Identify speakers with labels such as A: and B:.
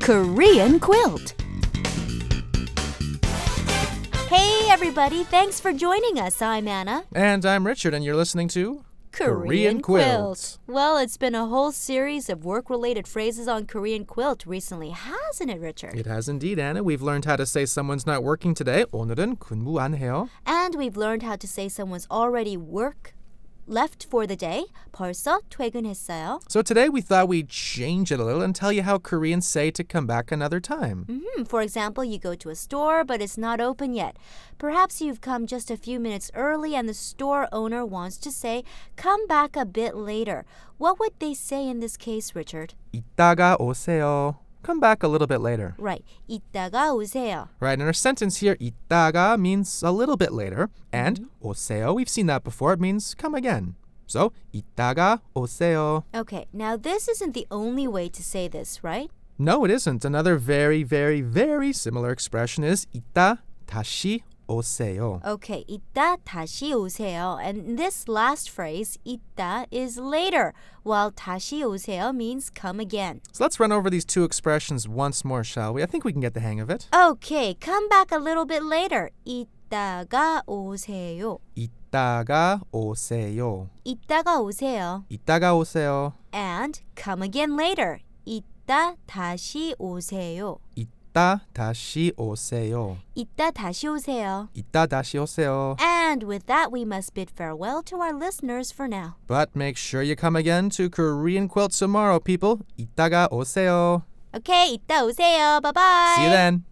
A: Korean Quilt. Hey, everybody, thanks for joining us. I'm Anna.
B: And I'm Richard, and you're listening to
A: Well, it's been a whole series of work related phrases on Korean Quilt recently, hasn't it, Richard?
B: It has indeed, Anna. We've learned how to say someone's not working today. 오늘은 근무 안 해요.
A: And we've learned how to say someone's already work left for the day. 벌써 퇴근했어요.
B: So today we thought we'd change it a little and tell you how Koreans say to come back another time.
A: Hmm, for example, you go to a store, but it's not open yet. Perhaps you've come just a few minutes early and the store owner wants to say, come back a bit later. What would they say in this case, Richard?
B: 이따가 오세요. Come back a little bit later.
A: Right. 이따가 오세요.
B: Right, and our sentence here, 이따가 means a little bit later, and 오세요, we've seen that before, it means come again. So, 이따가 오세요.
A: Okay, now this isn't the only way to say this, right?
B: No, it isn't. Another very, very, very similar expression is 이따 다시 오세요.
A: Okay, 이따 다시 오세요. And this last phrase, 이따, is later, while 다시 오세요 means come again.
B: So let's run over these two expressions once more, shall we? I think we can get the hang of it.
A: Okay, come back a little bit later. 이따가 오세요.
B: 이따가 오세요.
A: 이따가 오세요.
B: 이따가 오세요.
A: And come again later. 이따 다시 오세요.
B: 이따 다시 오세요.
A: 이따 다시 오세요.
B: 이따 다시 오세요.
A: And with that, we must bid farewell to our listeners for now.
B: But make sure you come again to Korean Quilt tomorrow, people. 이따가 오세요.
A: Okay, 이따 오세요. Bye bye.
B: See you then.